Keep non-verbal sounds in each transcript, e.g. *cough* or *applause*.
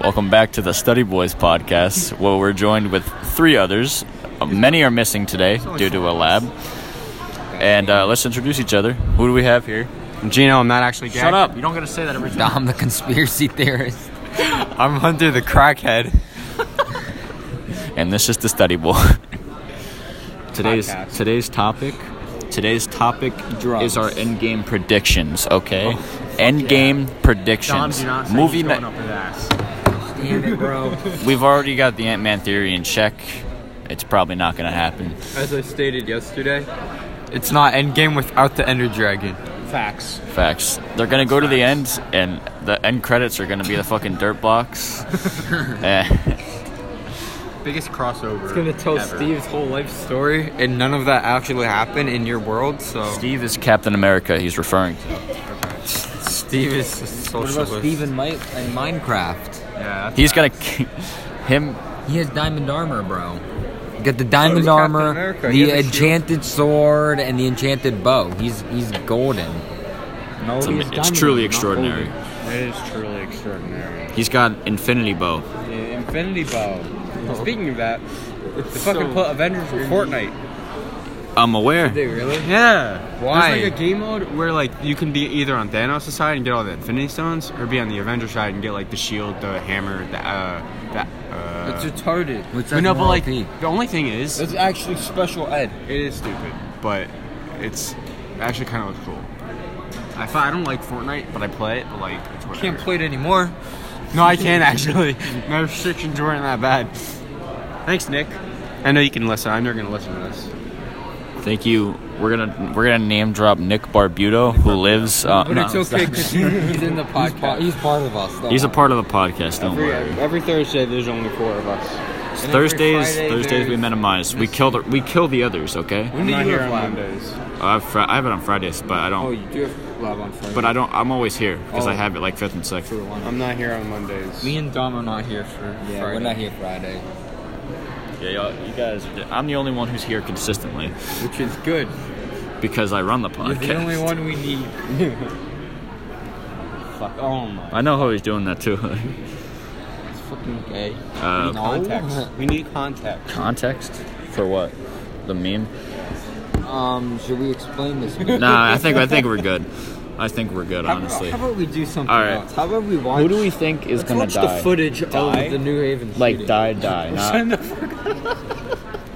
Welcome back to the Study Boys podcast, where we're joined with three others. Uh, Many are missing today due to a lab. And uh, let's introduce each other. Who do we have here? Gino, I'm not actually gay. Shut up! You don't get to say that every time. I'm the conspiracy theorist. I'm Hunter the crackhead. and this is the study *laughs* boy. today's Podcast. today's topic today's topic Drugs. Oh, is our end game predictions. Okay, end game predictions. Movie night. Damn it, bro. We've already got the Ant Man theory in check. It's probably not going to happen. *laughs* As I stated yesterday, it's not Endgame without the Ender Dragon. Facts. Facts. They're going to go to the end, and the end credits are going to be the fucking dirt blocks. Eh, Biggest crossover. It's gonna tell ever. Steve's whole life story, and none of that actually happened in your world. So Steve is Captain America. He's referring to. Steve is a What about socialist. Steve and Mike in Minecraft? Yeah, He's going to him. He has diamond armor, bro. You got the diamond Captain armor, America, he the has a shield. enchanted sword, and the enchanted bow. He's he's golden. Oh, No, It's, am- it's truly extraordinary. It is truly extraordinary. He's got Infinity Bow. Infinity Bow. Speaking of that, they fucking put Avengers for Fortnite. I'm aware. really? Yeah. Why? There's like a game mode where like you can be either on Thanos' side and get all the Infinity Stones, or be on the Avengers side and get like the shield, the hammer, the uh, that. Uh, It's retarded. What's but that no, but like MLP? the only thing is, it It's actually special ed. is stupid, but it's it actually kind of looks cool. I fi- I don't like Fortnite, but I play it. But like, it's whatever. Can't play it anymore. No, I can't actually. *laughs* My restrictions weren't that bad. Thanks, Nick. I know you can listen. I'm never gonna listen to this. Thank you. We're gonna we're gonna name drop Nick Barbuto, who lives. Uh, But no, it's okay because he's in the *laughs* He's, pa- podcast. he's part of us. Though. He's a part of the podcast. Don't worry. Every Thursday, there's only four of us. It's every Thursdays, Friday Thursdays we there's- minimize. We kill the we kill the others. Okay. When do you have lab? Mondays. I have, fri- I have it on Fridays, but I Oh, don't. you do have lab on Friday. But I don't. I'm always here because I Oh. have it like fifth and sixth. I'm not here on Mondays. me and Dom are not here for Yeah, Friday. we're not here Friday. Yeah, y'all, you guys. I'm the only one who's here consistently which is good. because I run the You're podcast. the only one we need. Fuck. Oh my. *laughs* I know how he's doing that too. *laughs* It's fucking gay. uh, Oh. *laughs* Context. We need context. context for what? The meme. Um, should we *laughs* explain this? man? Nah, I think I think we're good. I think we're good, honestly. How about we do something All right. else? How about we watch? Who do we think is gonna Watch die? the footage Die? of the New Haven like shooting. die, *laughs* die. Not,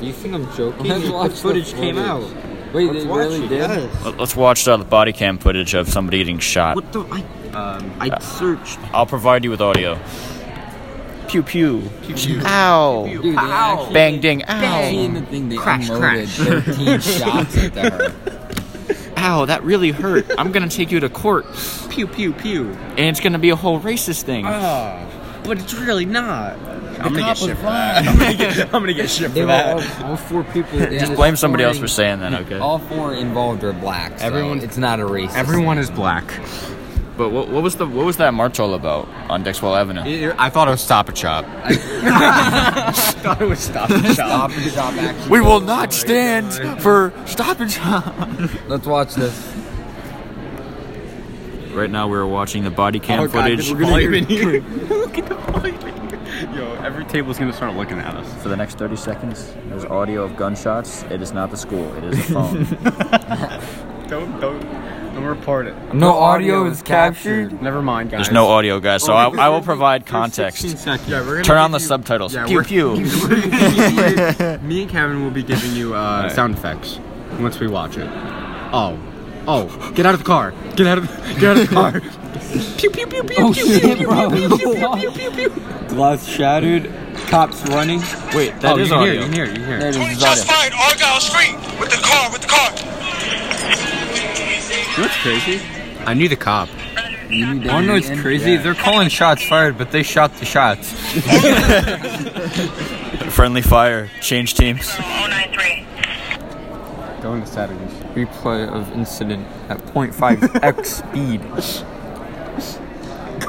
You think I'm joking? Let's watch the footage came out. Wait, Let's they watch really it, did. yes. Let- let's watch uh, the body cam footage of somebody getting shot. What the? I, um, I searched. I'll provide you with audio. Pew pew. Ow. Dude, they actually- Bang ding. I've seen Ow. the thing they Crash, *laughs* unloaded crash. 13 shots into her. Ow, that really hurt. I'm gonna take you to court. Pew pew pew. And it's gonna be a whole racist thing. Ah, but it's really not. I'm gonna get shit for that. *laughs* I'm gonna get shit They were all, all four people. in Just the blame somebody else scoring. for saying that, okay? All four involved are black. So Everyone- it's not a racist. Everyone is black. But what, what was the what was that march all about on Dexwell Avenue? I thought it was Stop and Shop. I thought it was stop and shop. Stop and shop action. We will not Oh stand for stop and shop. Let's watch this. Right now we're watching the body cam Oh, God, footage we're gonna get here. *laughs* Look at the volume in here. Yo, every table's gonna start looking at us. for the next 30 seconds. There's audio of gunshots. It is not the school. It *laughs* is a phone. Don't, don't, don't report it. No audio is captured. Never mind, guys. There's no audio, guys, so I, I will provide context. Turn on the subtitles. Yeah, pew we're- pew. Me and Kevin will be giving you uh, sound effects once we watch it. Oh, oh, get out of the car! Get out of, get out of the car! Oh shit, bro. Glass shattered. Cops running. Wait, oh, that is you hear, audio. you hear, you hear. There it Only is, it's just audio. fired Argyle Street with the car, with the car. That's crazy. I knew the cop. Oh no, it's crazy. They're calling shots fired, but they shot the shots. Friendly fire. Change teams. 093. Go in the settings. Replay of incident at 0.5x speed.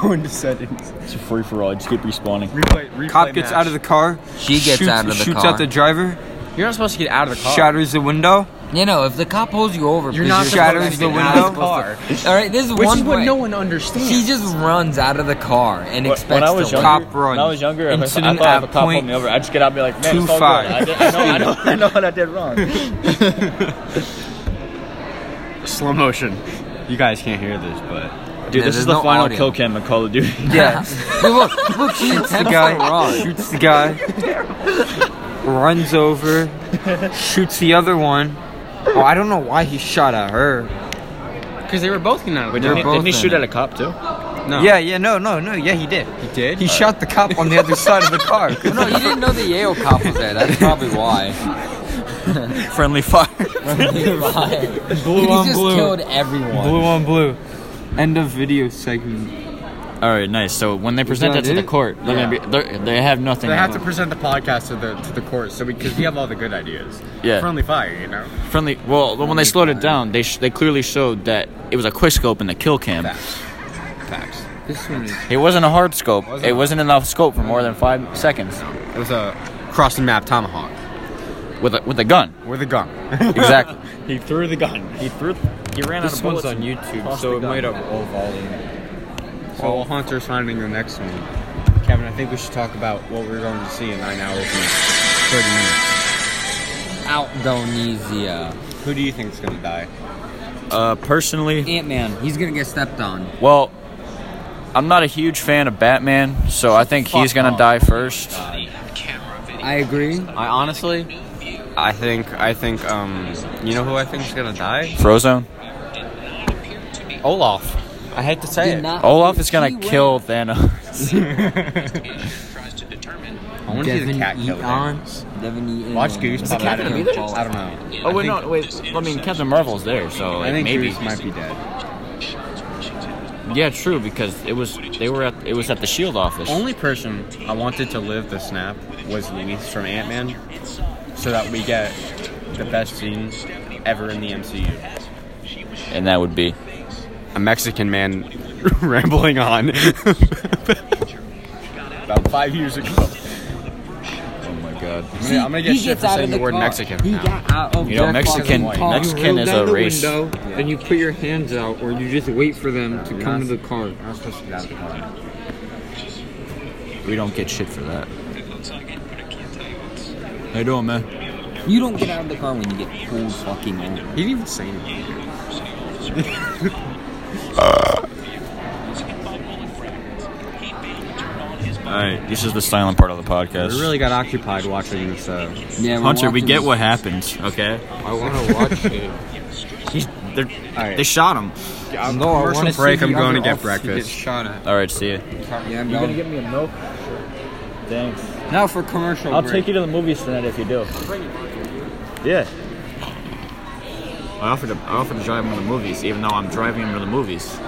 *laughs* Go into settings. It's a free for all. Just keep respawning. Replay. replay Cop gets out of the car. She gets shoots, out of the shoots car. out the driver. You're not supposed to get out of the *laughs* Shatters the window. You know, if the cop pulls you over, You're because not your supposed shatters to the get window. out of the supposed to- All right, this is Which one is what way. no one understands. She just runs out of the car and When- expects when I was to younger, cop *laughs* when I was younger, if I- Incident I thought if at a cop pulled point me over, I'd just get out and be like, "Man, it's all good. 25. I, did, I know, I know, I know what I did wrong." Slow motion. You guys can't hear this, but Dude, Yeah, this there's is the no final audio. kill cam in Call of Duty. Yeah. look, look, she shoots the guy shoots the guy, runs over, shoots the other one. Oh, I don't know why he shot at her. because they were both gonna. They're didn't, both didn't he in shoot it. at a cop too? No. Yeah, yeah, no, no, no, yeah, he did. he did. He shot the cop on the other side of the car. *laughs* No, you didn't know the Yale cop was there. That's probably why. Friendly fire. he Blue just killed everyone. Blue on blue. End of video segment. *laughs* All right, nice. So when they present that that to the it? court, they're gonna be they're, they have nothing. They have to present the podcast to the to the court, so because we have all the good ideas. Yeah. Friendly fire, you know. friendly. Well, when they slowed it down, they sh- they clearly showed that it was a quick scope in the kill cam. Facts. Facts. This one is It wasn't a hard scope. it wasn't enough scope for more than five seconds It was a cross and map tomahawk with a, with a gun. with a gun. *laughs* Exactly. He threw the gun. He threw. he ran This one's on YouTube, so it might have all volume. So Hunter's finding the next one. Kevin, I think we should talk about what we're going to see in nine hours and thirty minutes. Outdonesia. Who do you think is going to die? Uh, personally, Ant Man. He's gonna get stepped on. Well, I'm not a huge fan of Batman, so I think he's gonna die first. I agree. I honestly, I think I think um, you know who I think is going to die? Frozone. Olaf. I hate to say Did not- Olaf is gonna She went- kill *laughs* Thanos. I want to see the cat kill him. Devin Eaton. Watch Goose. Is pop out cat of gonna him. be there? I don't know. Oh wait, I think- no, wait. *laughs* I mean, Captain Marvel's there, so I think maybe. Goose might be dead. Yeah, true, because it was they were at it was at the Shield E office. Only person I wanted to live the snap was Denise from Ant Man, so that we get the best scene ever in the MCU. and that would be. A Mexican man *laughs* rambling on *laughs* about five years ago. Oh oh my god! I'm gonna, I'm gonna get he shit gets for out saying of the, the word car. Mexican. He now. got out of You know, the Mexican- fucking car. Mexican- Ken roll is down a the race. window, and you put your hands out, or you just wait for them to You're come not- to the car. You're not supposed to get out of the car. We don't get shit for that. How you doing, man? You don't get out of the car when you get pulled fucking over. He didn't even say anything. All right, this is the silent part of the podcast. We really got occupied watching this. Uh, Yeah, we're Hunter, we walking get this- what happens, okay? I want to watch it. He's, they're, right. They shot him. *laughs* no, I commercial wanna see break, the I'm going other to get officer get breakfast. shot at. All right, see ya. Yeah, I'm going. get me a milk? Thanks. Now for commercial I'll break. take you to the movies tonight if you do. Yeah. I offered to I offered to drive him to the movies, even though I'm driving him to the movies.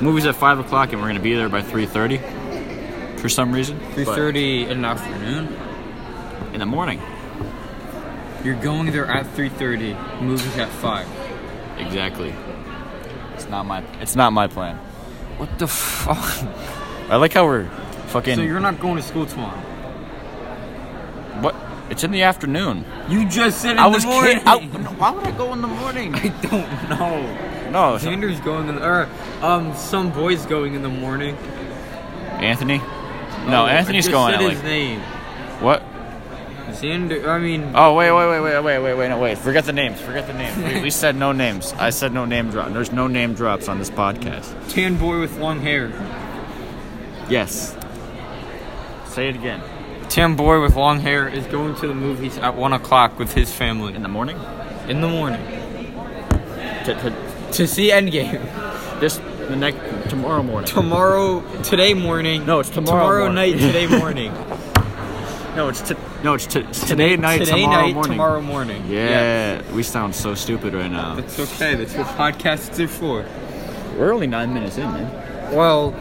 Movies at five o'clock, and we're gonna be there by three thirty. For some reason, But 3:30 in the afternoon. in the morning. You're going there at 3:30. Movies at five. Exactly. It's not my it's not my plan. What the fuck? I like how we're fucking. So Oh, you're not going to school tomorrow? what? It's in the afternoon. You just said in I was the morning. kidding. I- *laughs* Why would I go in the morning? I don't know. No, Xander's going in, the, or um, some boy's going in the morning. Anthony. No, Oh, I Anthony's just going Said at like his name. what? Xander. I mean, Oh wait, wait, wait, wait, wait, wait, wait, no, wait! Forget the names. Forget the names. We, we said no names. I said no name drop. There's no name drops on this podcast. tan boy with long hair. Yes. Say it again. Tan boy with long hair is going to the movies at one o'clock with his family In the morning. in the morning T- t- to see Endgame. this the next tomorrow morning. Tomorrow, today morning. No, it's tomorrow morning. night, today *laughs* morning. No, it's t- no, it's t- it's today night. today tomorrow night, morning. tomorrow morning. Yeah, we sound so stupid right now. That's okay. That's what podcasts are for. We're only nine minutes in, man. Well,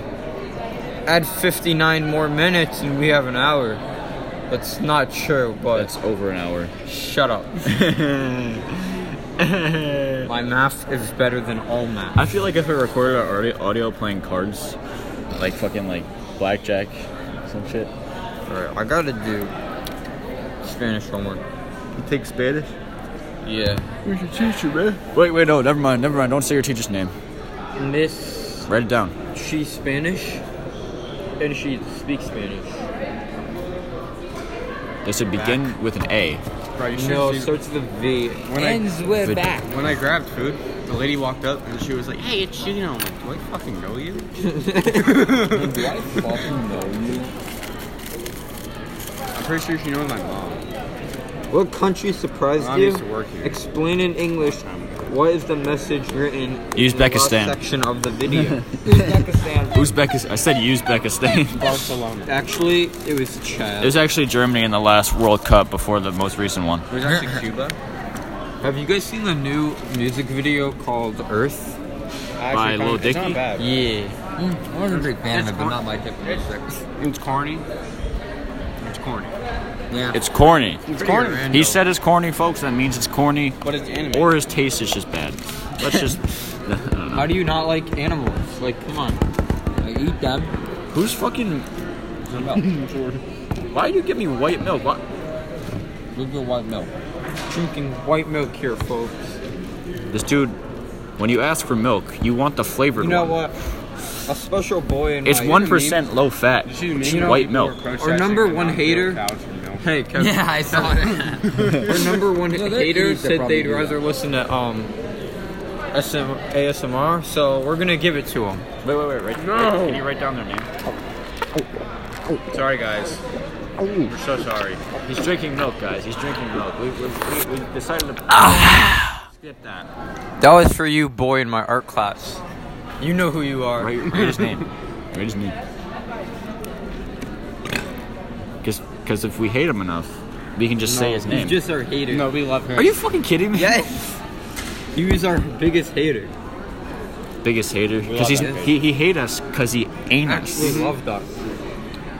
add 59 more minutes and we have an hour. That's not true, but That's over an hour. shut *laughs* up. My math is better than all math. I feel like if I recorded our audio, audio playing cards, like fucking like blackjack, some shit. Alright, I gotta do Spanish homework. You take Spanish? Yeah. Who's your teacher, man? Wait, wait, no, never mind, never mind. Don't say your teacher's name. Miss, Write it down. she's Spanish, and she speaks Spanish. They should begin with an A. Bro, you should No, see- starts with a V. when I- Ends we're back. When I grabbed food, the lady walked up and she was like, "Hey, it's you." I'm like, "Do I fucking *laughs* know you?" Do I fucking know you? I'm pretty sure she knows my mom. What country surprised Mom you? used to work here. Explain in English. What is the message written in the last Uzbekistan. section of *laughs* the video? Uzbekistan. I said *laughs* Uzbekistan. Barcelona. Actually, it was Chad. it was actually Germany in the last World Cup before the most recent one. It *laughs* was actually Cuba. Have you guys seen the new music video called Earth? I By actually found Lil it- it's Dicky? not bad. Yeah. Mm, I wasn't a big fan of it, It's but cor- not my typical music. It's corny. It's corny. Yeah. It's corny. It's corny. corny. He said it's corny, folks. That means it's corny, But it's anime. or his taste is just bad. Let's *laughs* just. I don't know. How do you not like animals? Like, come on. I eat them. Who's fucking? Why do you give me white milk? Why? Look at white milk. *laughs* Drinking white milk here, folks. This dude, when you ask for milk, you want the flavored You know one. what? A special boy in It's my one percent low fat, Excuse me, you know, white people milk. are protesting Our number the one non-milk hater- cows for milk. Hey, Kevin. *laughs* Yeah, I saw that. *laughs* Our number one No, they're hater idiots that said probably they'd do that. rather listen to um SM, ASMR, so we're gonna give it to them. Wait, wait, wait, right? No. Can you write down their name? Sorry, guys. We're so sorry. He's drinking milk, guys. He's drinking milk. We, we, we, we decided to. *laughs* Skip that. That was for you, boy, in my art class. You know who you are. Write, write his name. Write his name. Because if we hate him enough, we can just say his He's name. just our hater. No, we love him. Are you fucking kidding me? Yes. He was our biggest hater. Biggest hater. Because love he's that hater. he, he hate us because he ain't Actually us. loved us.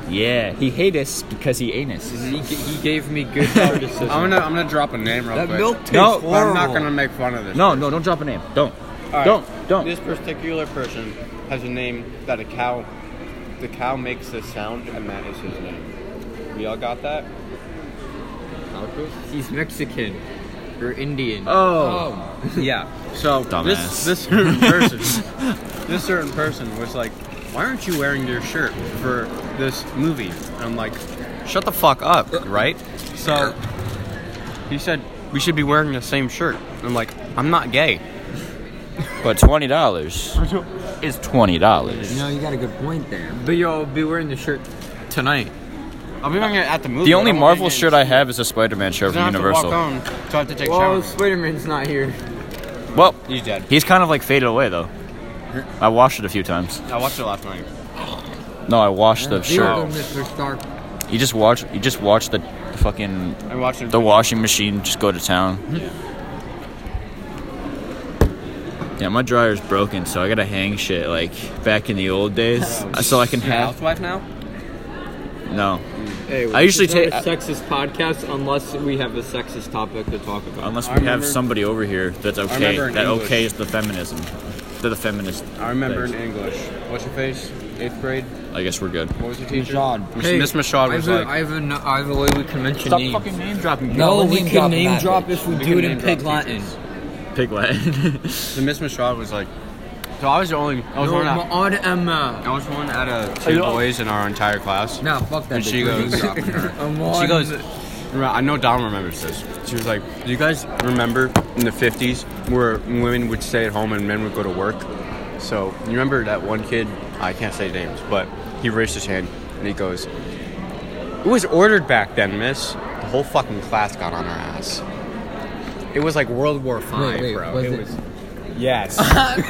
Yeah, he hate us because he ain't us. He, g- he gave me *laughs* good criticism. I'm gonna I'm gonna drop a name real that quick. milk tastes No, But I'm not horrible. gonna make fun of this. No, no, don't drop a name. Don't. All right. Don't. Don't. This particular person has a name that a cow, the cow makes a sound, and that is his name. We all got that. He's Mexican or Indian. Oh. Yeah. So Dumbass. this this certain person, this certain person was like, "Why aren't you wearing your shirt for this movie?" And I'm like, "Shut the fuck up!" Right? So he said we should be wearing the same shirt. I'm like, "I'm not gay." But twenty dollars is twenty dollars. You know, you got a good point there. But y'all be wearing the shirt tonight. I'll be wearing it at the movie. The only Marvel shirt I have is a Spider-Man shirt from Have to walk Universal. home, so I have to take Well, showers. Spider Man's not here. Well, He's dead. he's kind of like faded away though. I washed it a few times. I watched it last night. No, I washed the Zero shirt. Mr. Stark. You just watch. You just watch the fucking I watched it. the washing machine just go to town. Yeah, my dryer's broken, so I gotta hang shit like back in the old days, uh, so I can have housewife now. no. Hey, I usually this is take- not a sexist podcast unless we have a sexist topic to talk about. Unless we I have remember- somebody over here that's okay, remember in that English- okays the feminism, the, the feminist. I remember things. in English. What's your face? Eighth grade. I guess we're good. What was your teacher? Michaud. Hey, Miss Machado was like, I have a, I have a way we can mention names. name dropping. No, we can name drop if we, do can it in name drop Pig Latin. *laughs* Pig Latin. the Miss Machado was like. So I was the only. I was one. Out, on Emma. I was one out of two boys in our entire class. No, fuck that. And she bitch. goes. *laughs* Amon. she goes. I know Don remembers this. She was like, "Do you guys remember in the '50s where women would stay at home and men would go to work?" So you remember that one kid? I can't say names, but he raised his hand and he goes, "It was ordered back then, Miss." The whole fucking class got on our ass. It was like World War Five, Wait, wait, bro. was it, it- was. Yes.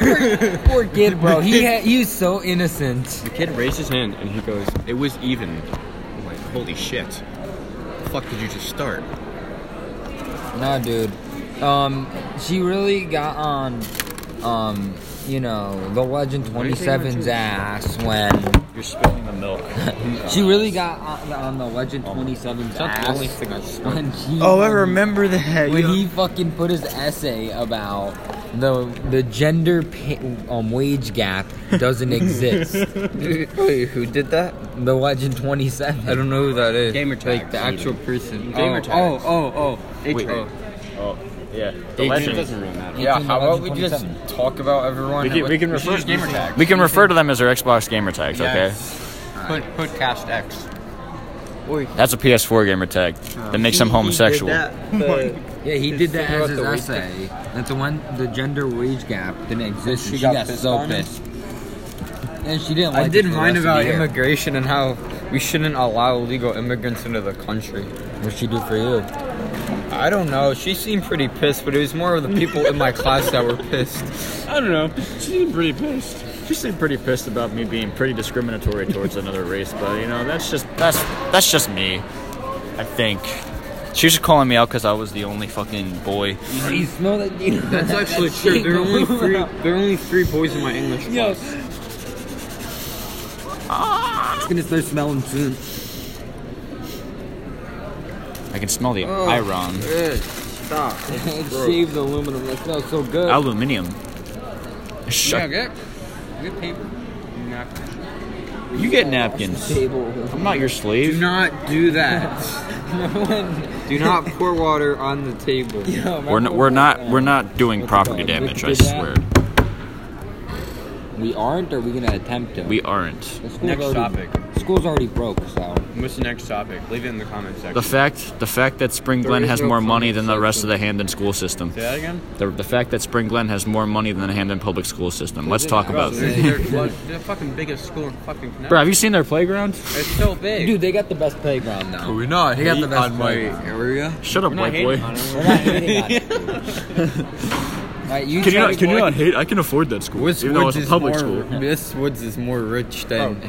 *laughs* Poor kid, bro. *laughs* He ha- he's so innocent. the kid raised his hand and he goes, "It was even." I'm like, "Holy shit! The fuck did you just start?" Nah, dude. Um, she really got on, um, you know, the Legend 27's ass when You're spilling the milk. she really got on, on the Legend Oh 27's That's the only ass thing I when she remember that. when he fucking put his essay about the the gender pay, um, wage gap doesn't exist. Wait, who did that? The legend twenty seven. I don't know who that is. Gamer Like tags. the actual person. Gamer oh, Oh, tags. oh, oh. Wait. Oh. *laughs* Oh, yeah. The It legend. doesn't really matter. Yeah, Eighteen, how about we eleven, just 27. talk about everyone? We can, we can refer gamer tag. we can refer to them as their Xbox gamer tags, okay? Put put cast X. That's a PS4 gamer tag Oh, that makes them homosexual. Yeah, he did that figure as out his the wage essay. That the one the gender wage gap didn't exist. She, She she got got, pissed so on it? pissed. And she didn't. Like I it did for the mine rest of the about year. immigration and how we shouldn't allow illegal immigrants into the country. What she do for you? I don't know. She seemed pretty pissed, but it was more of the people in my class that were *laughs* pissed. I don't know. She seemed pretty pissed. She seemed pretty pissed about me being pretty discriminatory towards another race, but you know, that's just that's that's just me. I think. She was just calling me out because I was the only fucking boy. You smell that? *laughs* That's actually true. There are only three. *laughs* There are only three boys in my English class. It's gonna start smelling soon. I can smell the iron. Stop. it's shaved aluminum. That smells so good. Aluminium. Yeah, Shut. get get paper. Not You get napkins. Table. I'm not your Do slave. not do *laughs* that. do not pour water on the *laughs* table. We're, n- we're not we're not doing What's it property called? damage. I Liquid death? swear. We aren't, or we gonna attempt to? We aren't. The school's Next already, School's already broke, so. What's the next topic? Leave it in the comment section. The fact the fact that Spring Glen is has no more money than the compensation. rest of the Hamden school system. Say that again. The, the fact that Spring Glen has more money than the Hamden public school system. Let's talk about They're, it. they're- well, they're the fucking biggest school in fucking Connecticut. Bro, have you seen their playground? It's so big. Dude, they got the best playground now. We're not. Uh, He got the best on my player. area. Shut up, white boy. We're not hating on it. *laughs* Alright, you Can you try not? to Can you go- not hate? I can afford that school, West even though Woods it's a is public more, school. *laughs* West Woods is more rich than.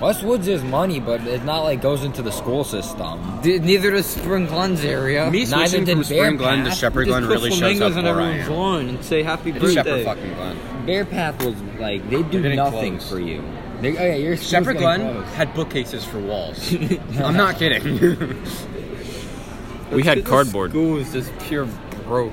Westwood's is money, but it's not like goes into the school system. Dude, neither does Spring Glen's area. Oh. Me Neither switching did from Bear Spring Glen to Path. Shepherd Just Glen put really shows up flamingos on where I everyone's am. lawn and say happy It's birthday. Shepherd fucking Glen. Bearpath was like they do They're getting nothing close. for you. They, oh yeah, your school's Shepherd getting Glen close. had bookcases for *laughs* walls. I'm not *laughs* kidding. We had cardboard. School is just pure broke.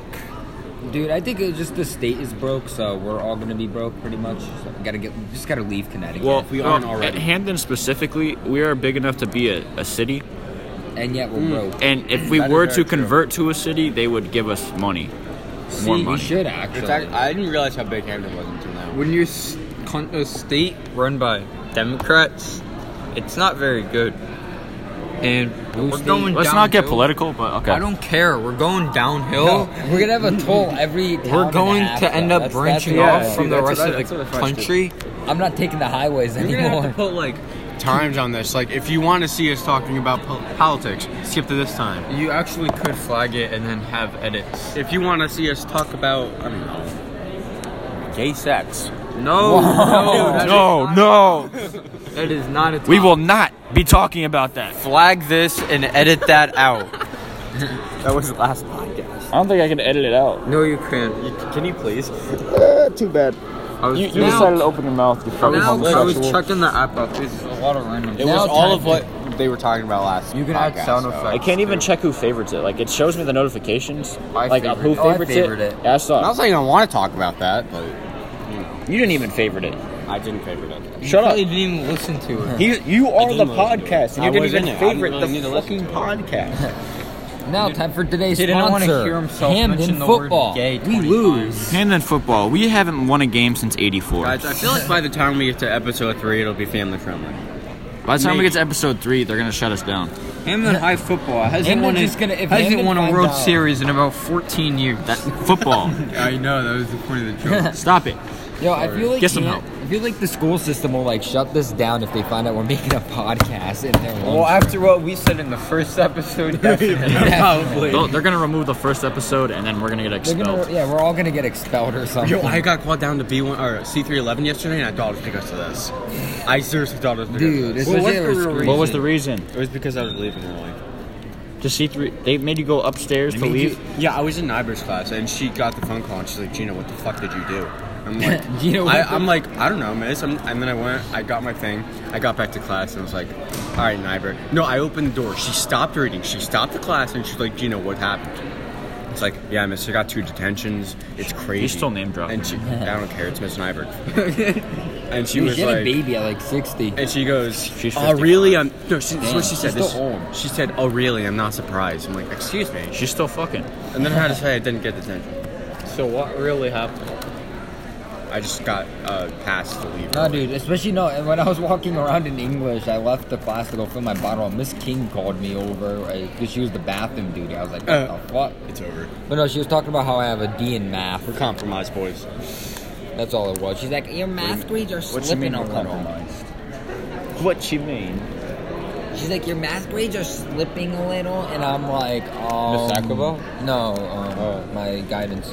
Dude, I think it's just the state is broke, so we're all gonna be broke pretty much. So gotta get, just gotta leave Connecticut. Well, we well, aren't already. at Hamden specifically, we are big enough to be a, a city, and yet Mm. we're broke. and if we That is were very to true. convert to a city, they would give us money, more See, we money. should actually. It's act- I didn't realize how big Hamden was until now. When your s- con- a state run by Democrats, it's not very good. And we're state- going Let's not get downhill. political, but okay. I don't care. We're going downhill. No, we're gonna have a toll every. town We're and a going half, to end though. up That's- branching that's- off yeah. from the that's rest what I- of that's what the I first country. I'm not taking the highways You're gonna have to anymore. put like Times on this. Like, if you want to see us talking about pol- politics, skip to this time. You actually could flag it and then have edits. if you want to see us talk about I don't know gay sex. *laughs* No, no, that is No, not- Oh, no, that is not a. we topic. will not be talking about that. flag this and edit that out. that was the last podcast. I don't think I can edit it out. No, you can't. You, can you please? Uh, Too bad. I was, You decided to open your mouth. You fucking now, I was homosexual. checking the app up. There's a lot of random. It was all of what they were talking about last. You can add podcast, sound so- effects. I can't even check who favorites it. Like it shows me the notifications, I like of who favored it. Oh, I favorites favored it. it. Yeah, I saw. it. Not saying I want to talk about that, but You didn't even favorite it. I didn't favor it. Shut You up. didn't even listen to it. He, you are the didn't listen to it. podcast, and you I didn't was even in it. I didn't favorite really need to the listen fucking podcast. Now, time for today's He didn't wanna sponsor. hear himself Hamden mention the word football. gay we 20 lose. Hamden football. We haven't won a game since '84. Guys, I feel like by the time we get to episode three, it'll be family friendly. By the time we get to episode three, they're gonna shut us down. Hamlin High Football hasn't Hamlin's won, a, just gonna- if hasn't Hamlin won a finds World out- Series in about 14 years. *laughs* Football. I know that was the point of the joke. *laughs* Stop it. Yo, I feel like Get some Ham- I feel like the school system will like shut this down if they find out we're *laughs* making a podcast and they're well, after what we said in the first *laughs* episode, probably. They'll- They're gonna remove the first episode, and then we're gonna get They're expelled. gonna, yeah, we're all gonna get expelled or something. Yo, *laughs* I got called down to B1 or C311 yesterday, and I thought it was because of this. I seriously thought it was because Dude, of this. it's Well, what's the real What was the reason? It was because I was leaving early. To see three, they made you go upstairs to Made leave. you- yeah, I was in Nyberg's class, and she got the phone call, and she's like, "Gina, what the fuck did you do?" I'm like, Gina, *laughs* what I, the- I'm like, I don't know, miss. I'm, and then I went, I got my thing, I got back to class, and I was like, "All right, Nyberg." No, I opened the door. She stopped reading. She stopped the class, and she's like, "Gina, what happened?" It's like, yeah, miss, I got two detentions. It's crazy. still name dropping. And she, I don't care. It's Miss Nyberg. *laughs* and she She was had like, a baby at like 60. and she goes, She's "Oh, really? 55. I'm no." She, that's what she said. She's This, she said, "Oh, really? I'm not surprised." I'm like, "Excuse me." She's still fucking. And then I had to say I didn't get detention. So what really happened? I just got uh, passed to leave. No, early. dude. Especially no. And when I was walking around in English, I left the class to go fill my bottle. and Miss King called me over because she was the bathroom duty. I was like, what Uh. the fuck? It's over. But no, she was talking about how I have a D in math. We're compromised, boys. That's all it was. She's like, your math grades are What you slipping mean a we're little. compromised? What you mean? She's like, your math grades are slipping a little, and I'm like, oh. Miss Sacco? No, um, my guidance.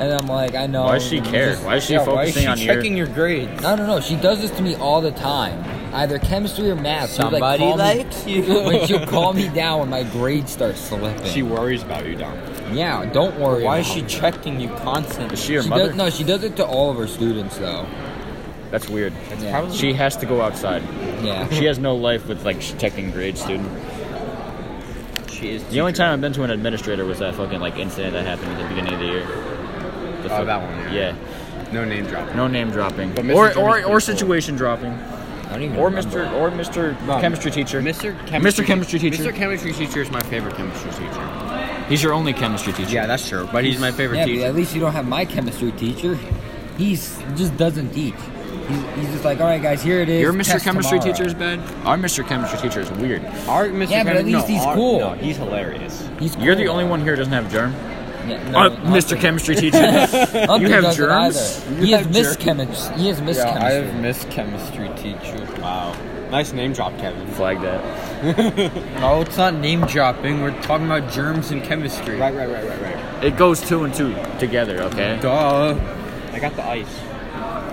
And I'm like, I know. Oh. Why does she care? Why is she yeah, why is focusing she on Checking your? your grades. No, no, no. She does this to me all the time. Either chemistry or math. She would, Somebody call me- likes you. *laughs* When she'll call me down when my grades start slipping. She worries about you, Dom. yeah, don't worry. Why is about she it. checking you constantly? Is she your She mother? does, no, she does it to all of her students though. That's weird. yeah. She has to go outside. yeah. She has no life with like checking grades, student. She is. The only time I've been to an administrator was that fucking like incident that happened at the beginning of the year. The Oh, fuck- that one, yeah. Yeah, No name drop. no name dropping But Mr. or Jordan's or, pretty or cool. situation dropping I don't even or remember. Mr. or Mr. Chemistry teacher. Mr. Mr. Chemistry teacher. Mr. Chemistry teacher is my favorite chemistry teacher. He's your only chemistry teacher. Yeah, that's true. But he's my favorite Yeah, but teacher. at least you don't have my chemistry teacher. He's just doesn't teach. He's, he's just like, all right, guys, here it is. Your Mr. Test Chemistry tomorrow." teacher is bad. Our Mr. Chemistry teacher is weird. Our Mr. Yeah, but at Chemistry- least he's our- cool. no, he's hilarious. He's You're the cool. only one here who doesn't have germ. Yeah, Uh, no, Mr. *laughs* Hunter- Chemistry teacher. Hunter have doesn't germs? Either. He has Miss Chemistry. He has Miss I Chemistry. have missed chemistry teacher. Wow. Nice name drop, Kevin. Flag that. No, it's not name dropping. We're talking about germs and chemistry. Right, right, right, right, right. It goes two and two together. Okay. Duh. I got the ice.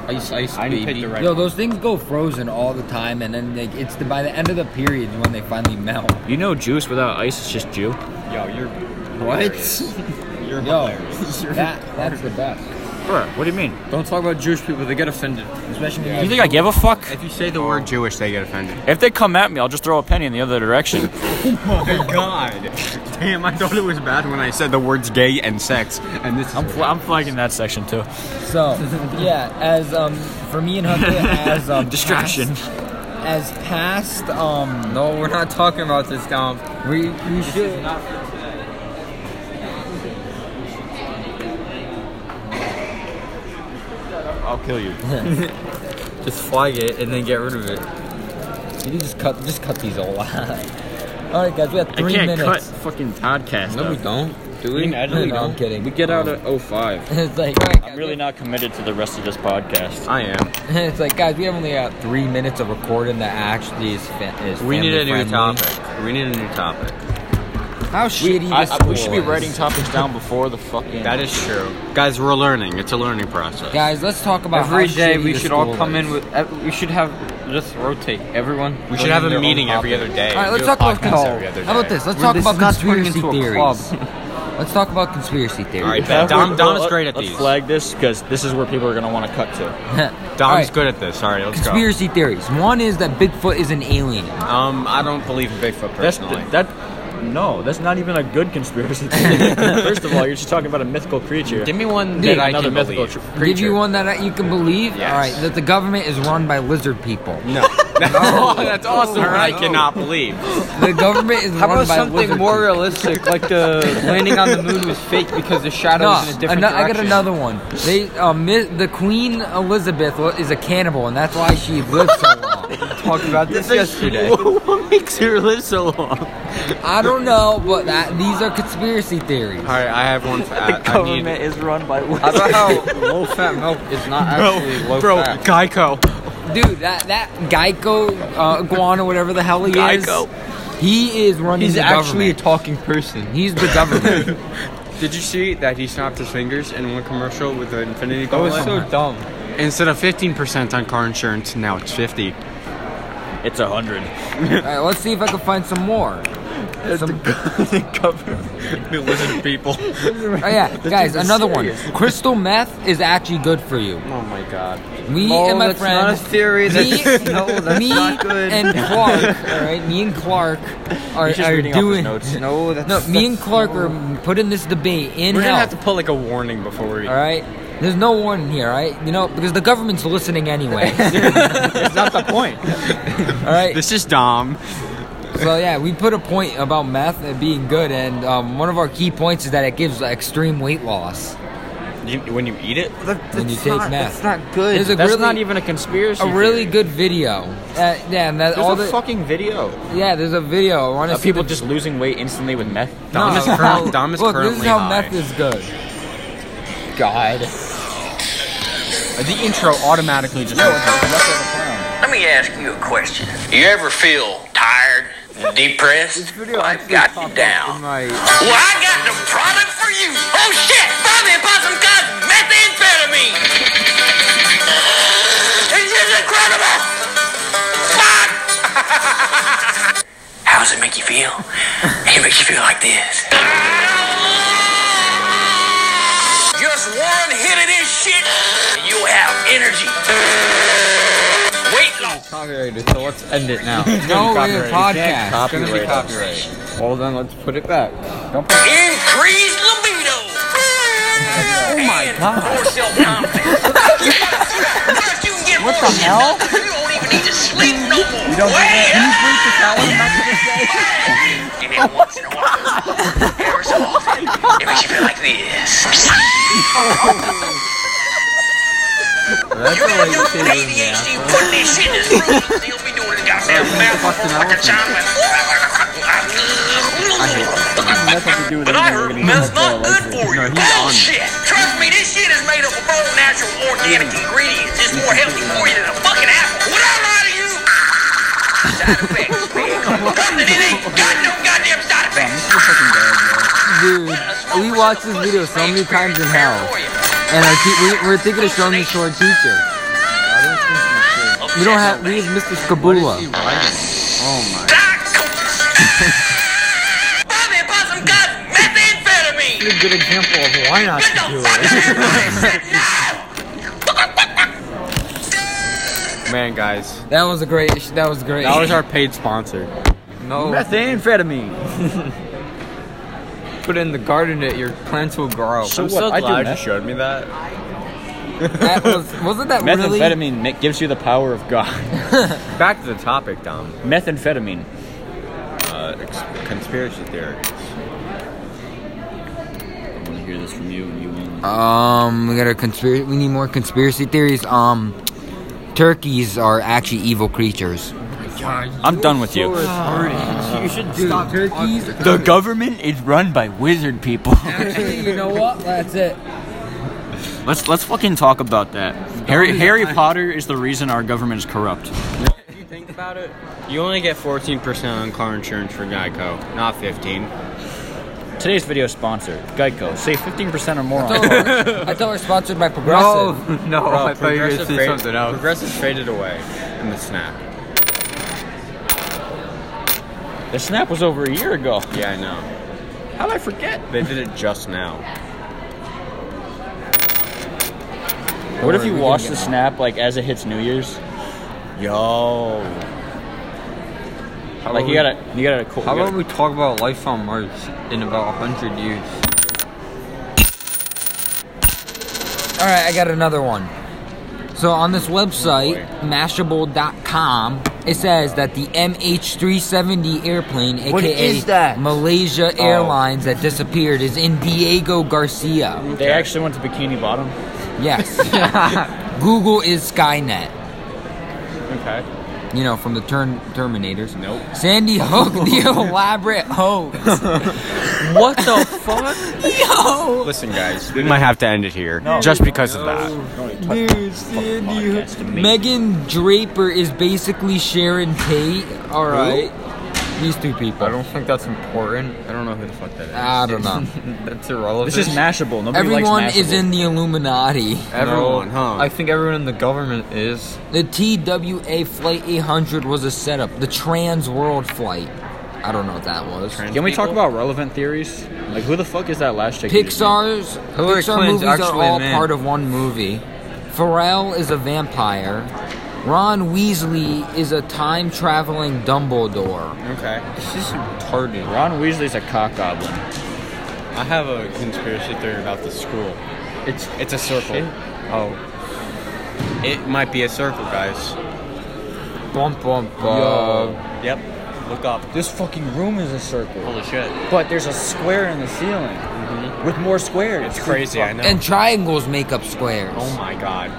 Ice, ice, I need to pick baby. the right Yo, those things go frozen all the time, and then like it's the, by the end of the period when they finally melt. You know, juice without ice is just Jew. Yo, you're What? hilarious. You're Yo, hilarious. that that's the best. Bruh, what do you mean? Don't talk about Jewish people. They get offended. Especially when You you think I give a fuck? If you say the word Jewish, they get offended. If they come at me, I'll just throw a penny in the other direction. *laughs* Oh my god. Damn, I thought it was bad when I said the words gay and sex. And this I'm, fl- I'm flagging that section too. so. Yeah, as um for me and Hunter as um Distraction. past- as past um No, we're not talking about this, Dom. we we should I'll kill you. Just flag it and then get rid of it. you just cut just cut these all out. *laughs* All right, guys, we have I three can't cut minutes. fucking podcast. No, we up. don't. Do we? No, no, I'm kidding. We get out at 05. *laughs* it's like all right, *laughs* guys, I'm really we- not committed to the rest of this podcast. I am. it's like guys, we have only got three minutes of recording that actually is, fa- is We need a family new friendly. topic. We need a new topic. How shitty I- this I- we should be was. writing topics down before the fucking. That is true. Guys, we're learning. It's a learning process. Guys, let's talk about Every how day shitty we the should all school come is. in with. uh, ev- We should have just rotate everyone. We should have a meeting every other day. All right, let's Do a talk about podcast every other How about day. this? Let's We're- talk this about is not turning conspiracy into a club. theories. *laughs* Let's talk about conspiracy theories. All right, Yeah, bet. Dom, we're- Dom well, is great at let's these. flag this because this is where people are going to want to cut to. Dom's *laughs* All right, good at this. All right, let's Conspiracy theories. One is that Bigfoot is an alien. go. Um, I don't believe in Bigfoot That's personally. that. No, that's not even a good conspiracy theory. First of all, you're just talking about a mythical creature. Give me one Dude, that I another can mythical believe. tr- Give you one that you can believe. Yes. All right, that the government is run by lizard people. *laughs* No, *laughs* that's awesome. I cannot believe. The government is *laughs* How run about by something lizard more people. realistic, like *laughs* the landing on the moon was fake because the shadow No, was in a different ano- I direction? got another one. They, um, mi- the Queen Elizabeth wa- is a cannibal, and that's why she lived *laughs* so long. Talked about *laughs* this yesterday. what makes her live so long? All I don't know, but that, these are conspiracy theories. right, I have one. *laughs* For, uh, I, I need. is run by. How about *laughs* how low-fat milk is not actually low bro, fat? Geico. Dude, that that Geico uh, iguana, whatever the hell he Geico. is, he is running He's the actually a government. talking person. He's the government. *laughs* Did you see that he snapped his fingers in one commercial with the Infinity That was Gauntlet? so dumb. Instead of 15% on car insurance, *laughs* now it's 50. It's a hundred. *laughs* All right, let's see if I can find some more. Listen, *laughs* people. Oh yeah, guys, another one. Crystal meth is actually good for you. Oh my god. Me oh, and my that's friend. not a theory. me, That's, *laughs* *laughs* no, that's me not good. and Clark, all right. Me and Clark are, He's just are reading off his doing. notes. no, that's *laughs* Oh No, me and that's- *laughs* Clark are putting this debate in We're hell. gonna have to put like a warning before we. All right. There's no warning here, all right? You know, because the government's *laughs* listening anyway. All That's not the point. right. *laughs* This is Dom. So yeah, we put a point about meth and being good, and um, one of our key points is that it gives extreme weight loss. You, when you eat it, That, When you that's take not, meth. That's not good. There's a That's really, not even a conspiracy. a really theory. good video. Uh, yeah, and that There's all a the fucking video yeah. There's a video. I want to of people just losing weight instantly with meth. Dom is current- Dom is look, this is currently how high. meth is good. God. the intro automatically just. Let me ask you a question. You ever feel tired, depressed? video Life actually got popped you up in down. my- Well, I got the product for you. Oh shit, Bobby Possum got methamphetamine. This is incredible. Fuck. *laughs* How does it make you feel? It makes you feel like this. Just one hit of this shit, and you have energy. Weight loss. Copyrighted, so let's end it now. No, we're a podcast. It's gonna be copyrighted. Well then, let's put it back. Increase libido. Oh my god. More self-confidence. First you can get what the hell? You don't even need to sleep no more. You don't Wait, you sleep the And then once in a while, every so often, it makes you feel like this. you know your ADHD putting this shit in this room. You'll be doing this goddamn mouth like a child. But I heard meth's not good for you. Bullshit! Trust me, this shit is made up of all natural organic Mm. ingredients. It's more healthy for you than a fucking apple. Would I lie to you? Side effects, *laughs* man. Come to this ain't got no goddamn side effects. Dude, we watched this video so many times in hell, and our te- we, we're thinking of showing this to our teacher. We don't have. We have Mr. Skabula. *laughs* *laughs* Bobby Possum got methamphetamine. A good example of why not Get the fuck out of *laughs* my face now! Man, guys, That was a great. That was great. that was our paid sponsor. no. Methamphetamine. Put in the garden it, your plants will grow. So what? I do meth. showed me that. That was, wasn't that really? Methamphetamine ma- gives you the power of God. *laughs* Back to the topic, Dom. Methamphetamine. Uh, ex- conspiracy theory. I want to hear this from you, and you want. Um, we got our conspiracy. We need more conspiracy theories. Um, turkeys are actually evil creatures. I'm done with you. you should stop turkeys. *laughs* The government is run by wizard people. Actually, you know what? That's *laughs* it. *laughs* let's let's fucking talk about that. Harry Harry Potter is the reason our government is corrupt. If you think about it, you only get 14% on car insurance for Geico, not 15. Today's video sponsor, Geico. Save 15% or more on I thought we're sponsored by No, Progressive. no. Oh, I thought you were gonna Progressive say fade- something else. Progressive faded away in the snap. The snap was over a year ago. Yeah, I know. How'd I forget? They did it just now. What if you watch the snap like as it hits New Year's? Yo. like you gotta, you gotta. Cool, How you about gotta we talk about life on Mars in about hundred years? All right, I got another one. So on this website, Mashable.com, it says that the MH370 airplane, aka is that? Malaysia Airlines that disappeared, is in Diego Garcia. they actually went to Bikini Bottom. *laughs* Yes. Google is Skynet. Okay. you know, from the turn Terminators. Nope. Sandy Hook, *laughs* the elaborate hoax. What the fuck? Yo, Listen, guys, we might have to end it here just because of that. dude, Sandy podcast to Hook. me. Megan Draper is basically Sharon Tate. All right, these two people. I don't think that's important. I don't know who the fuck that is. I don't *laughs* know. that's irrelevant. This is Mashable. Nobody Everyone likes Mashable. is in the Illuminati. Everyone, no, huh? I think everyone in the government is. The TWA Flight 800 was a setup. The Trans World Flight. I don't know what that was. Can we talk about relevant theories? Like, who the fuck is that last chick? you just named? Pixar's Hillary Pixar Clinton's movies are actually a all man. part of one movie. Pharrell is a vampire. Ron Weasley is a time traveling Dumbledore. Okay. This is retarded. Ron Weasley's a cock goblin. I have a conspiracy theory about the school. It's It's a circle. Oh. It might be a circle, guys. Bump, bump, bump. Yep. Look up. this fucking room is a circle, Holy shit. but there's a square in the ceiling with more squares. It's crazy, I know. And triangles make up squares. oh my god.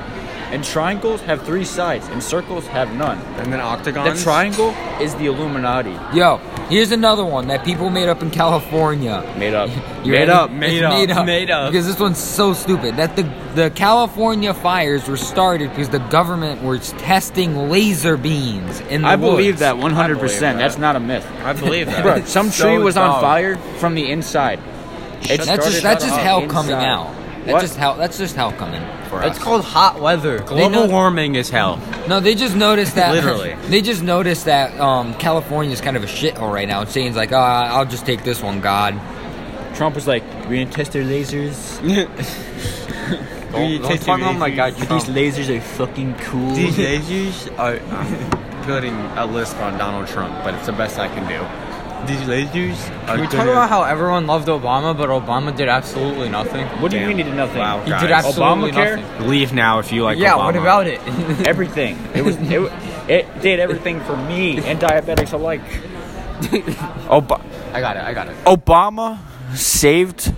And triangles have three sides, and circles have none. And then The octagons. triangle is the Illuminati. Yo, here's another one that people made up in California. Made *laughs* up. You Made ready? up. It's Made up. Made up. Because this one's so stupid. That the the California fires were started because the government was testing laser beams in the I believe woods. that 100%. That's not a myth. I *laughs* believe that. Bro, some So tree was on dumb. fire from the inside. It That's started just that's from just the hell coming inside. out. That's What? just hell. That's just hell coming for That's us. called hot weather. know- Global warming is hell. No, they just noticed that. Literally. *laughs* they just noticed that um, California's kind of a shithole right now. And Satan's like, oh, I'll just take this one, God. Trump was like, we're gonna test their *laughs* lasers. Don't, don't talk about my guy Trump. lasers are fucking *laughs* cool. *laughs* These lasers are I'm putting a list on Donald Trump, but it's the best I can do. These lasers are We talk gonna- about how everyone loved Obama, but Obama did absolutely nothing. What do you Damn. mean he did nothing? Wow, He guys. did absolutely Obamacare? nothing. Leave now if you like yeah, Obama. what about it? Everything. It was. It, wa- it did everything for me and diabetics *laughs* alike. Ob- I got it. I got it. Obama saved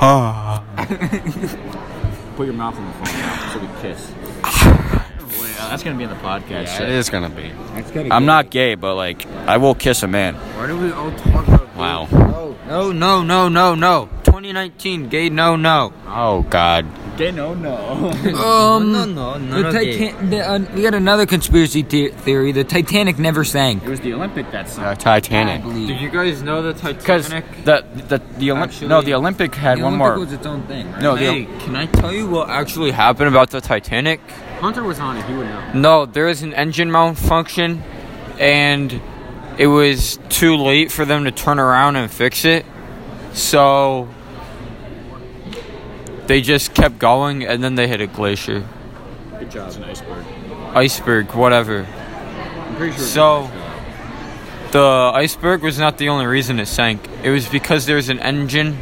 ah. Put your mouth on the phone now so we *sighs* kiss. That's gonna be in the podcast. It is gonna be. I'm not gay, but like I will kiss a man. Why do we all talk about? Wow. No, no, no, no, no. 2019, gay, no, no. Oh God. Gay? No, no. Um, no, no, no, the no, gay. Titan- the, uh, we got another conspiracy the- theory. The Titanic never sank. it was the Olympic that song. Uh, I Titanic. Did believe. you guys know the Because Titanic? the the the Olymp- Actually- no the Olympic had The one Olympic more. was its own thing, right? no, the Hey, can I tell you what actually happened about the Titanic? Hunter was on it. He would know. No, there was an engine malfunction, and it was too late for them to turn around and fix it. So they just kept going, and then they hit a glacier, Good job. It's an iceberg. iceberg, whatever. I'm pretty sure. So the iceberg was not the only reason it sank. It was because there was an engine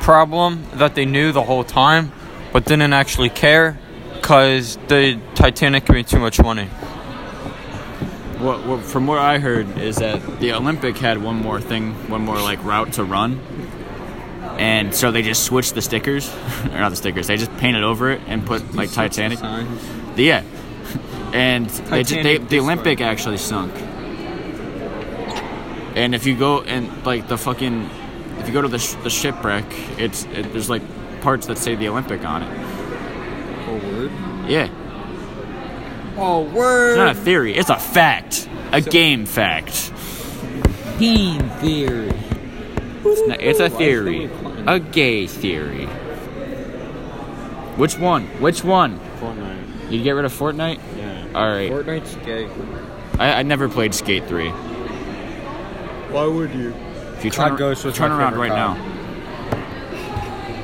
problem that they knew the whole time, but didn't actually care because the Titanic made too much money. What, what, from what I heard is that the Olympic had one more thing, one more like route to run, and so they just switched the stickers, *laughs* or not the stickers. They just painted over it and put like Titanic. Yeah, and they, ju- they, Titanic the Olympic actually sunk. And if you go and like the fucking, if you go to the, sh- the shipwreck, it's it, there's like parts that say the Olympic on it. Yeah, Oh, it's not word. a theory. It's a fact, a game fact. Teen theory. It's, not- it's a theory. A gay theory. Which one? Which one? Fortnite. You get rid of Fortnite? Yeah. Alright. Fortnite's gay. I, I never played Skate 3. Why would you? If you COD turn, Ghost was turn my around favorite right now,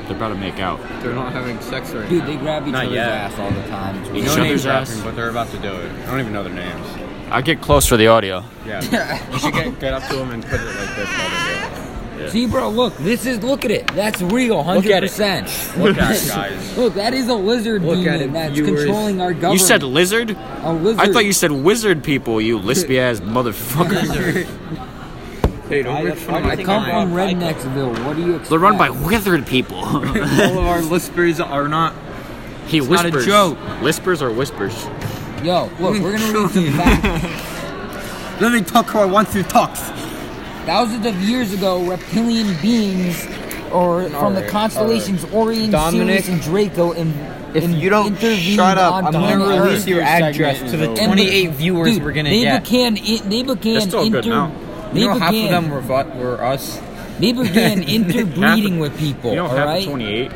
they're about to make out. They're not having sex right Dude, they grab each Not other's yet. ass all the time. It's You weird. shut his ass. But they're about to do it. I don't even know their names. I'll get close for the audio. Yeah. you should get, get up to them and put it like this. while they do See, bro, look. This is look at it. That's real, hundred at it. percent. it. Look at it, guys. Look, that is a lizard Look at demon it, that's viewers. controlling our government. You said lizard? a Uh, lizard. I thought you said wizard people, you lispy ass motherfucker. Hey, don't make fun of my I come from Rednecksville. What do you expect? they're run by withered people. *laughs* All of our lispers are not. he not a whispers. joke. Lispers or whispers? Yo, look, we're gonna *laughs* read some facts. Let me talk how I want to talk. Thousands of years ago, reptilian beings, or from the constellations Orion, Dominic, Sirius, and Draco, in, If in, you don't intervened shut up, on I'm gonna planet release Earth. your address to the And 28 they- viewers dude, we're gonna they get. Began, in- they began That's still inter, good now. They You know, began, half of them were, vo- were us. *laughs* they began interbreeding with people. You don't all have right? 28.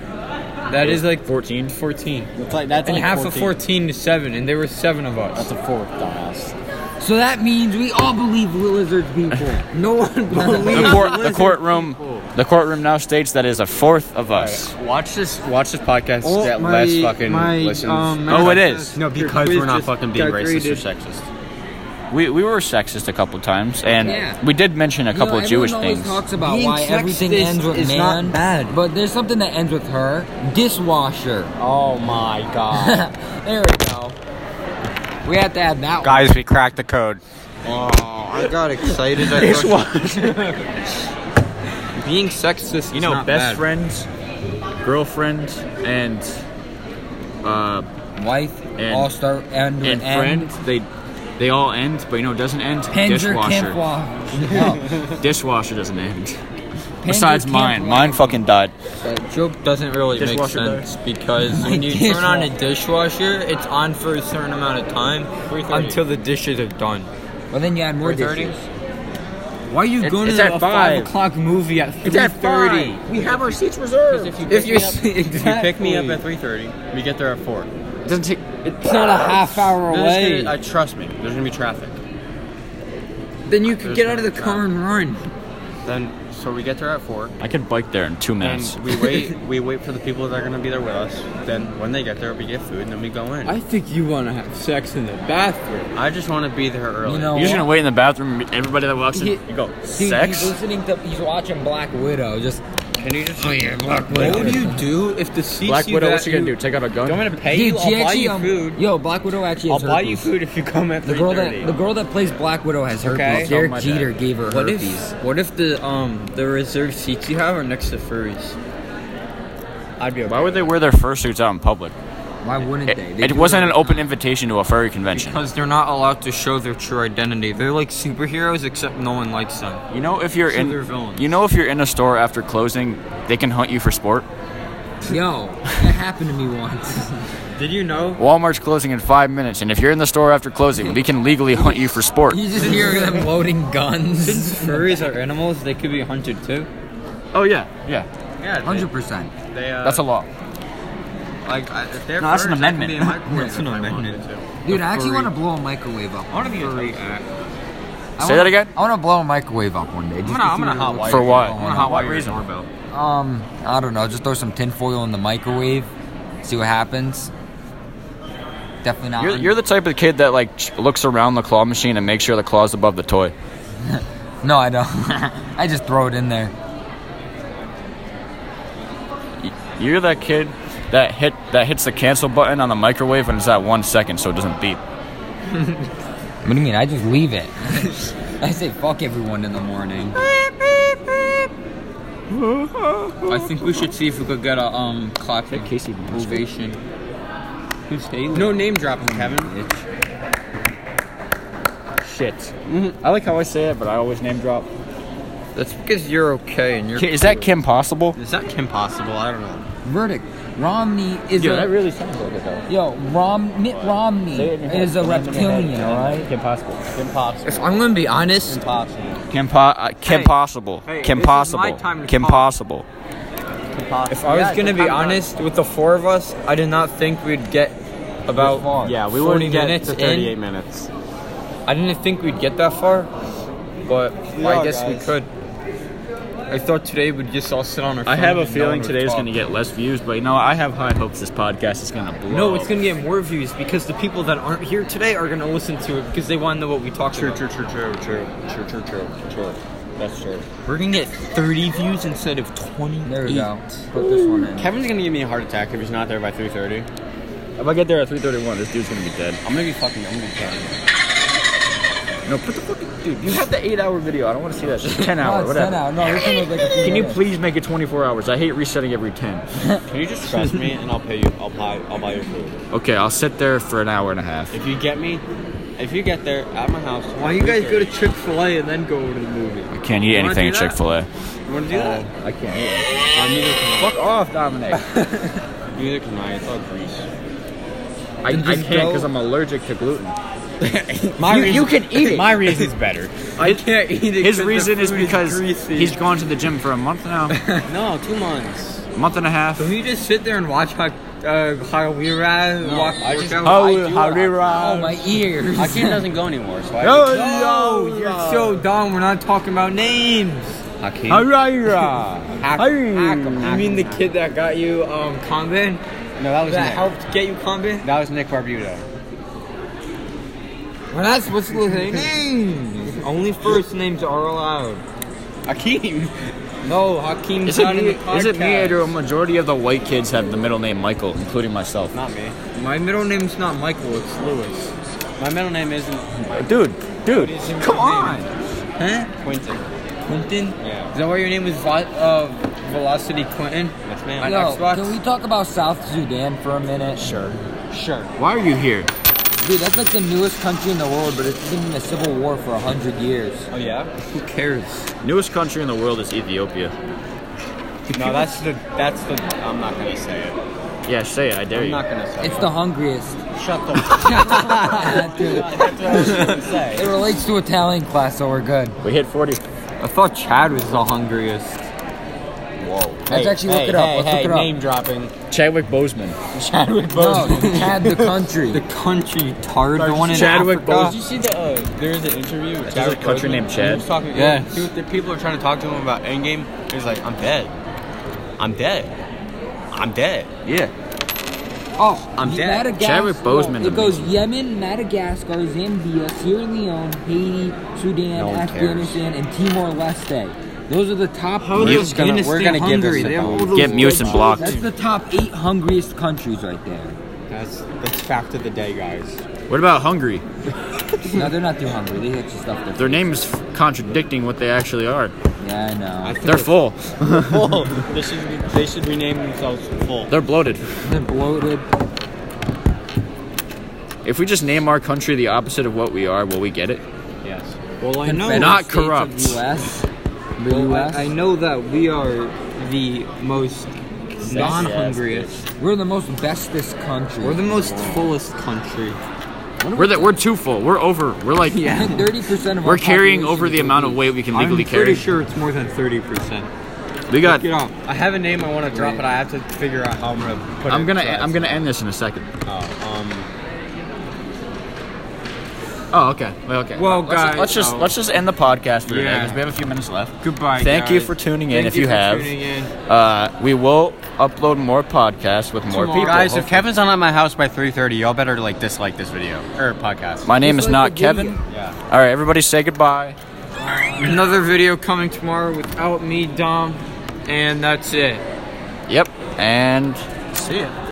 That is like 14. 14. It's like, that's And half of 14 is 7, and there were 7 of us. a fourth, dumbass. So that means we all believe lizards *laughs* people. No one believes The court, the lizards courtroom, people. the courtroom now states that is a fourth of us. Watch this. Watch this podcast Oh, that my- less fucking my, listens. um, Oh, it my- is. No, Your because quiz we're not just fucking being got racist or graded. sexist. We, we were sexist a couple times, and Yeah. we did mention a You couple know, of Jewish everyone always things. talks about Being why everything sexist ends with is man, not bad. but there's something that ends with her. Dishwasher. Oh my god. *laughs* there we go. We have to add that one. Guys, we cracked the code. I got excited. I *laughs* thought being sexist. You know, best bad. friends, girlfriend, and uh, Wife, And- all star, end with and end. friend. They they all end, but you know it doesn't end. Pender dishwasher. *laughs* Kempwa. Dishwasher doesn't end. Besides mine, mine fucking died. That joke doesn't really make Dishwasher there. sense because when you turn on a dishwasher, it's on for a certain amount of time until the dishes are done. Well, then you add more dishes. Why are you going it's to at a five. five o'clock movie at three thirty? We have our seats reserved. If you pick, *laughs* you're me, *laughs* up, saying- if you pick me up Exactly. at three thirty, we get there at four. It doesn't take. It's not a half hour away. There's gonna- uh, trust me, there's gonna be traffic. then you can get out of the car and run. Then, so we get there at four, I could bike there in two minutes. and we *laughs* wait. we wait for the people that are gonna be there with us. Then, when they get there, we get food, and then we go in. I, think you want to have sex in the bathroom. just want to be there early. You Oh. know, You're just gonna wait in the bathroom. and Everybody that walks in, He- you go Dude, sex. He's listening to. He's watching Black Widow. Just Oh, Can you just? What would you do if the seats Black you Widow, got what's she gonna you- do? Take out a gun? I'm gonna pay Dude, you. I'll buy you um, food. Yo, Black Widow actually I'll has buy you herpes. food if you come at The three girl that thirty. the girl that plays Black Widow has herpes. Okay. Tell my Derek dad. Jeter gave her What herpes. if, what if the um the reserved seats you have are next to furries? I'd be okay. Why would they wear their fursuits out in public? Why wouldn't It, they? They it do wasn't all an the open time. invitation to a furry convention. Because they're not allowed to show their true identity. They're like superheroes, except no one likes them. You know if you're So in, they're villains. you know if you're in a store after closing, they can hunt you for sport. Yo, that happened to me once. *laughs* Did you know? Walmart's closing in five minutes, and if you're in the store after closing, we can legally hunt you for *laughs* sport. You just hear *laughs* them loading guns. Furries are animals. They could be hunted too. Oh yeah, yeah, Yeah, Hundred percent. they, they, uh, that's a law. like. I, if they're No, that's furries, an I can amendment. be in my corner That's an if I wanted amendment. to. Dude, I actually want to blow a microwave up. I want to be a furry. act. Say that again? I want to blow a microwave up one day. I'm gonna, I'm gonna hot wire. For you. what? I'm For gonna hot what wire reason? reason? Doorbell. Um, I don't know. Just throw some tinfoil in the microwave. See what happens. Definitely not. You're, you're the type of kid that like ch- looks around the claw machine and makes sure the claw's above the toy. no, I don't. *laughs* I just throw it in there. You're that kid that hit that hits the cancel button on the microwave when it's at one second, so it doesn't beep. What do you mean? I just leave it. I say fuck everyone in *laughs* the morning. I think we should see if we could get a um clapping Casey ovation. Who's Haley? No name dropping, Kevin. Shit. Mm-hmm. I like how I say it, but I always name drop. that's because you're okay and you're. Is that Kim Possible? Is that Kim Possible? I don't know. Verdict: Romney is a really sounds like it though. yo. Rom Mitt Romney is a reptilian. All right. Kim Possible. Kim Possible. If I'm gonna be honest, Kim, po- uh, Kim Hey. Possible. Hey, Kim this is my Possible. time to Kim talk. Possible. if I was gonna be honest with the four of us, I did not think we'd get about Yeah, we 40 wouldn't get minutes to 38 in. minutes. I didn't think we'd get that far, but well, I guess we could. I thought today we'd just all sit on our. I have a phones and no one feeling would today is talk. going to get less views, but you know, I have high hopes this podcast is going to blow. No, it's gonna get more views because the people that aren't here today are gonna listen to it because they want to know what we talked about. true, true, true, true, true, true, true. That's true. We're gonna get 30 views instead of 20. There we go. Put this one in. Kevin's gonna give me a heart attack if he's not there by 3:30. If I get there at 3:31, this dude's going to be dead. I'm gonna be fucking. I'm gonna be dead. No, put the fucking dude. You have the eight-hour video. I don't want to see that. Just *laughs* ten No, hour, it's whatever. ten out. No, this one was like a few Can you minutes. please make it 24 hours? I hate resetting every 10. Can *laughs* you just trust me and I'll pay you? I'll buy. I'll buy your food. Okay, I'll sit there for an hour and a half. If you get me, if you get there at my house. Why you guys go to Chick Fil A and then go to the movie? I can't eat anything at Chick Fil A. You wanna do that? Uh, I can't eat. Uh, neither can Fuck off, Dominic. I. Neither can I. It's all grease. I, I can't because I'm allergic to gluten. *laughs* My you, you can eat it. My reason's better. I can't eat it. His reason is because he's gone to the gym for a month now. no, two months. month and a half. Can we just sit there and watch how uh, how we ride? No, walk, I just- work out? Oh, How, how we Oh, ride. my ears. My kid doesn't go anymore, so I. Oh, no, you're so dumb. We're not talking about names. uh, How we ride. Hack- Hey. hack 'em, you mean the kid that got you um Kanban? No, that was That Nick. helped get you Kanban? That was Nick Barbudo. We're not supposed to say names. Only first names are allowed. Akeem. No, Hakeem's Is it, not me, in the is it me podcast. or a majority of the white kids have the middle name Michael, including myself? Not me. My middle name's not Michael. It's Lewis. My middle name isn't Dude, dude, come on. Huh? Quentin. Clinton? Yeah. Is that why your name was Vi- uh, Velocity Clinton? That's On man. Yo, Xbox? can we talk about South Sudan for a minute? Sure. Sure. Why are you here? Dude, that's like the newest country in the world, but it's been in a civil war for a hundred years. Oh *laughs* yeah. Who cares? Newest country in the world is Ethiopia. No, that's the that's the. I'm not gonna say it. Yeah, say it. I dare I'm you. not gonna say It's the hungriest. it. Shut *laughs* the. F- Dude, up. that's what I was gonna it say. relates to Italian class, so we're good. We hit 40. I thought Chad was the hungriest. Let's actually look it up. Let's look it up. dropping. Chadwick Boseman. Chadwick No, Chad the country. The country tard, the one in Chadwick Africa. Did you see the? Uh, there was an interview. With There's a Chadwick country Boseman. named Chad. He was talking. Yes. He was, the people are trying to talk to him about Endgame. He's like, I'm dead. I'm dead. I'm dead. Yeah. oh, I'm Ye- dead. Madagascar. Chadwick Boseman to It me. goes Yemen, Madagascar, Zambia, Sierra Leone, Haiti, Sudan, Afghanistan, and Timor Leste. Those are the top. You- eight- We're gonna- Afghanistan, we're gonna give Hungary. this a They have bone. all those Get good Muse and shit. blocked. That's the top eight hungriest countries right there. That's that's fact of the day, guys. What about Hungary? No, they're not too hungry. They actually stuff their. Their name is contradicting what they actually are. Yeah, I know. They're *laughs* full. full. they should be, they should rename themselves full. They're bloated. They're bloated. If we just name our country the opposite of what we are, will we get it? Yes. Well, I know. Confederate Not States of corrupt. Oh, US. The Well, US. I, I know that we are the most non-hungriest. We're the most bestest country. *laughs* We're the most fullest country. We're that we're too full. We're over. We're like Yeah. Thirty percent of our we're carrying population over the is amount of obese. weight we can I'm legally pretty carry. sure it's more than thirty percent. We got. Get off. I have a name I want to drop, but I have to figure out how I'm gonna put it. I'm gonna so I'm gonna end this in a second. it's- Oh, um, Oh okay. Well okay. Well, let's, guys, let's just oh. let's just end the podcast for today Yeah. because we have a few minutes left. Goodbye. Thank you guys. for tuning in. Thank if you, for have, tuning in. uh, we will upload more podcasts with more Tomorrow. people. guys, if Kevin's not at my house by 3:30, y'all better like dislike this video or podcast. My name Just is like not the video. Kevin. Yeah. All right, everybody, say goodbye. another video coming tomorrow without me, Dom, and that's it. Yep, and see ya.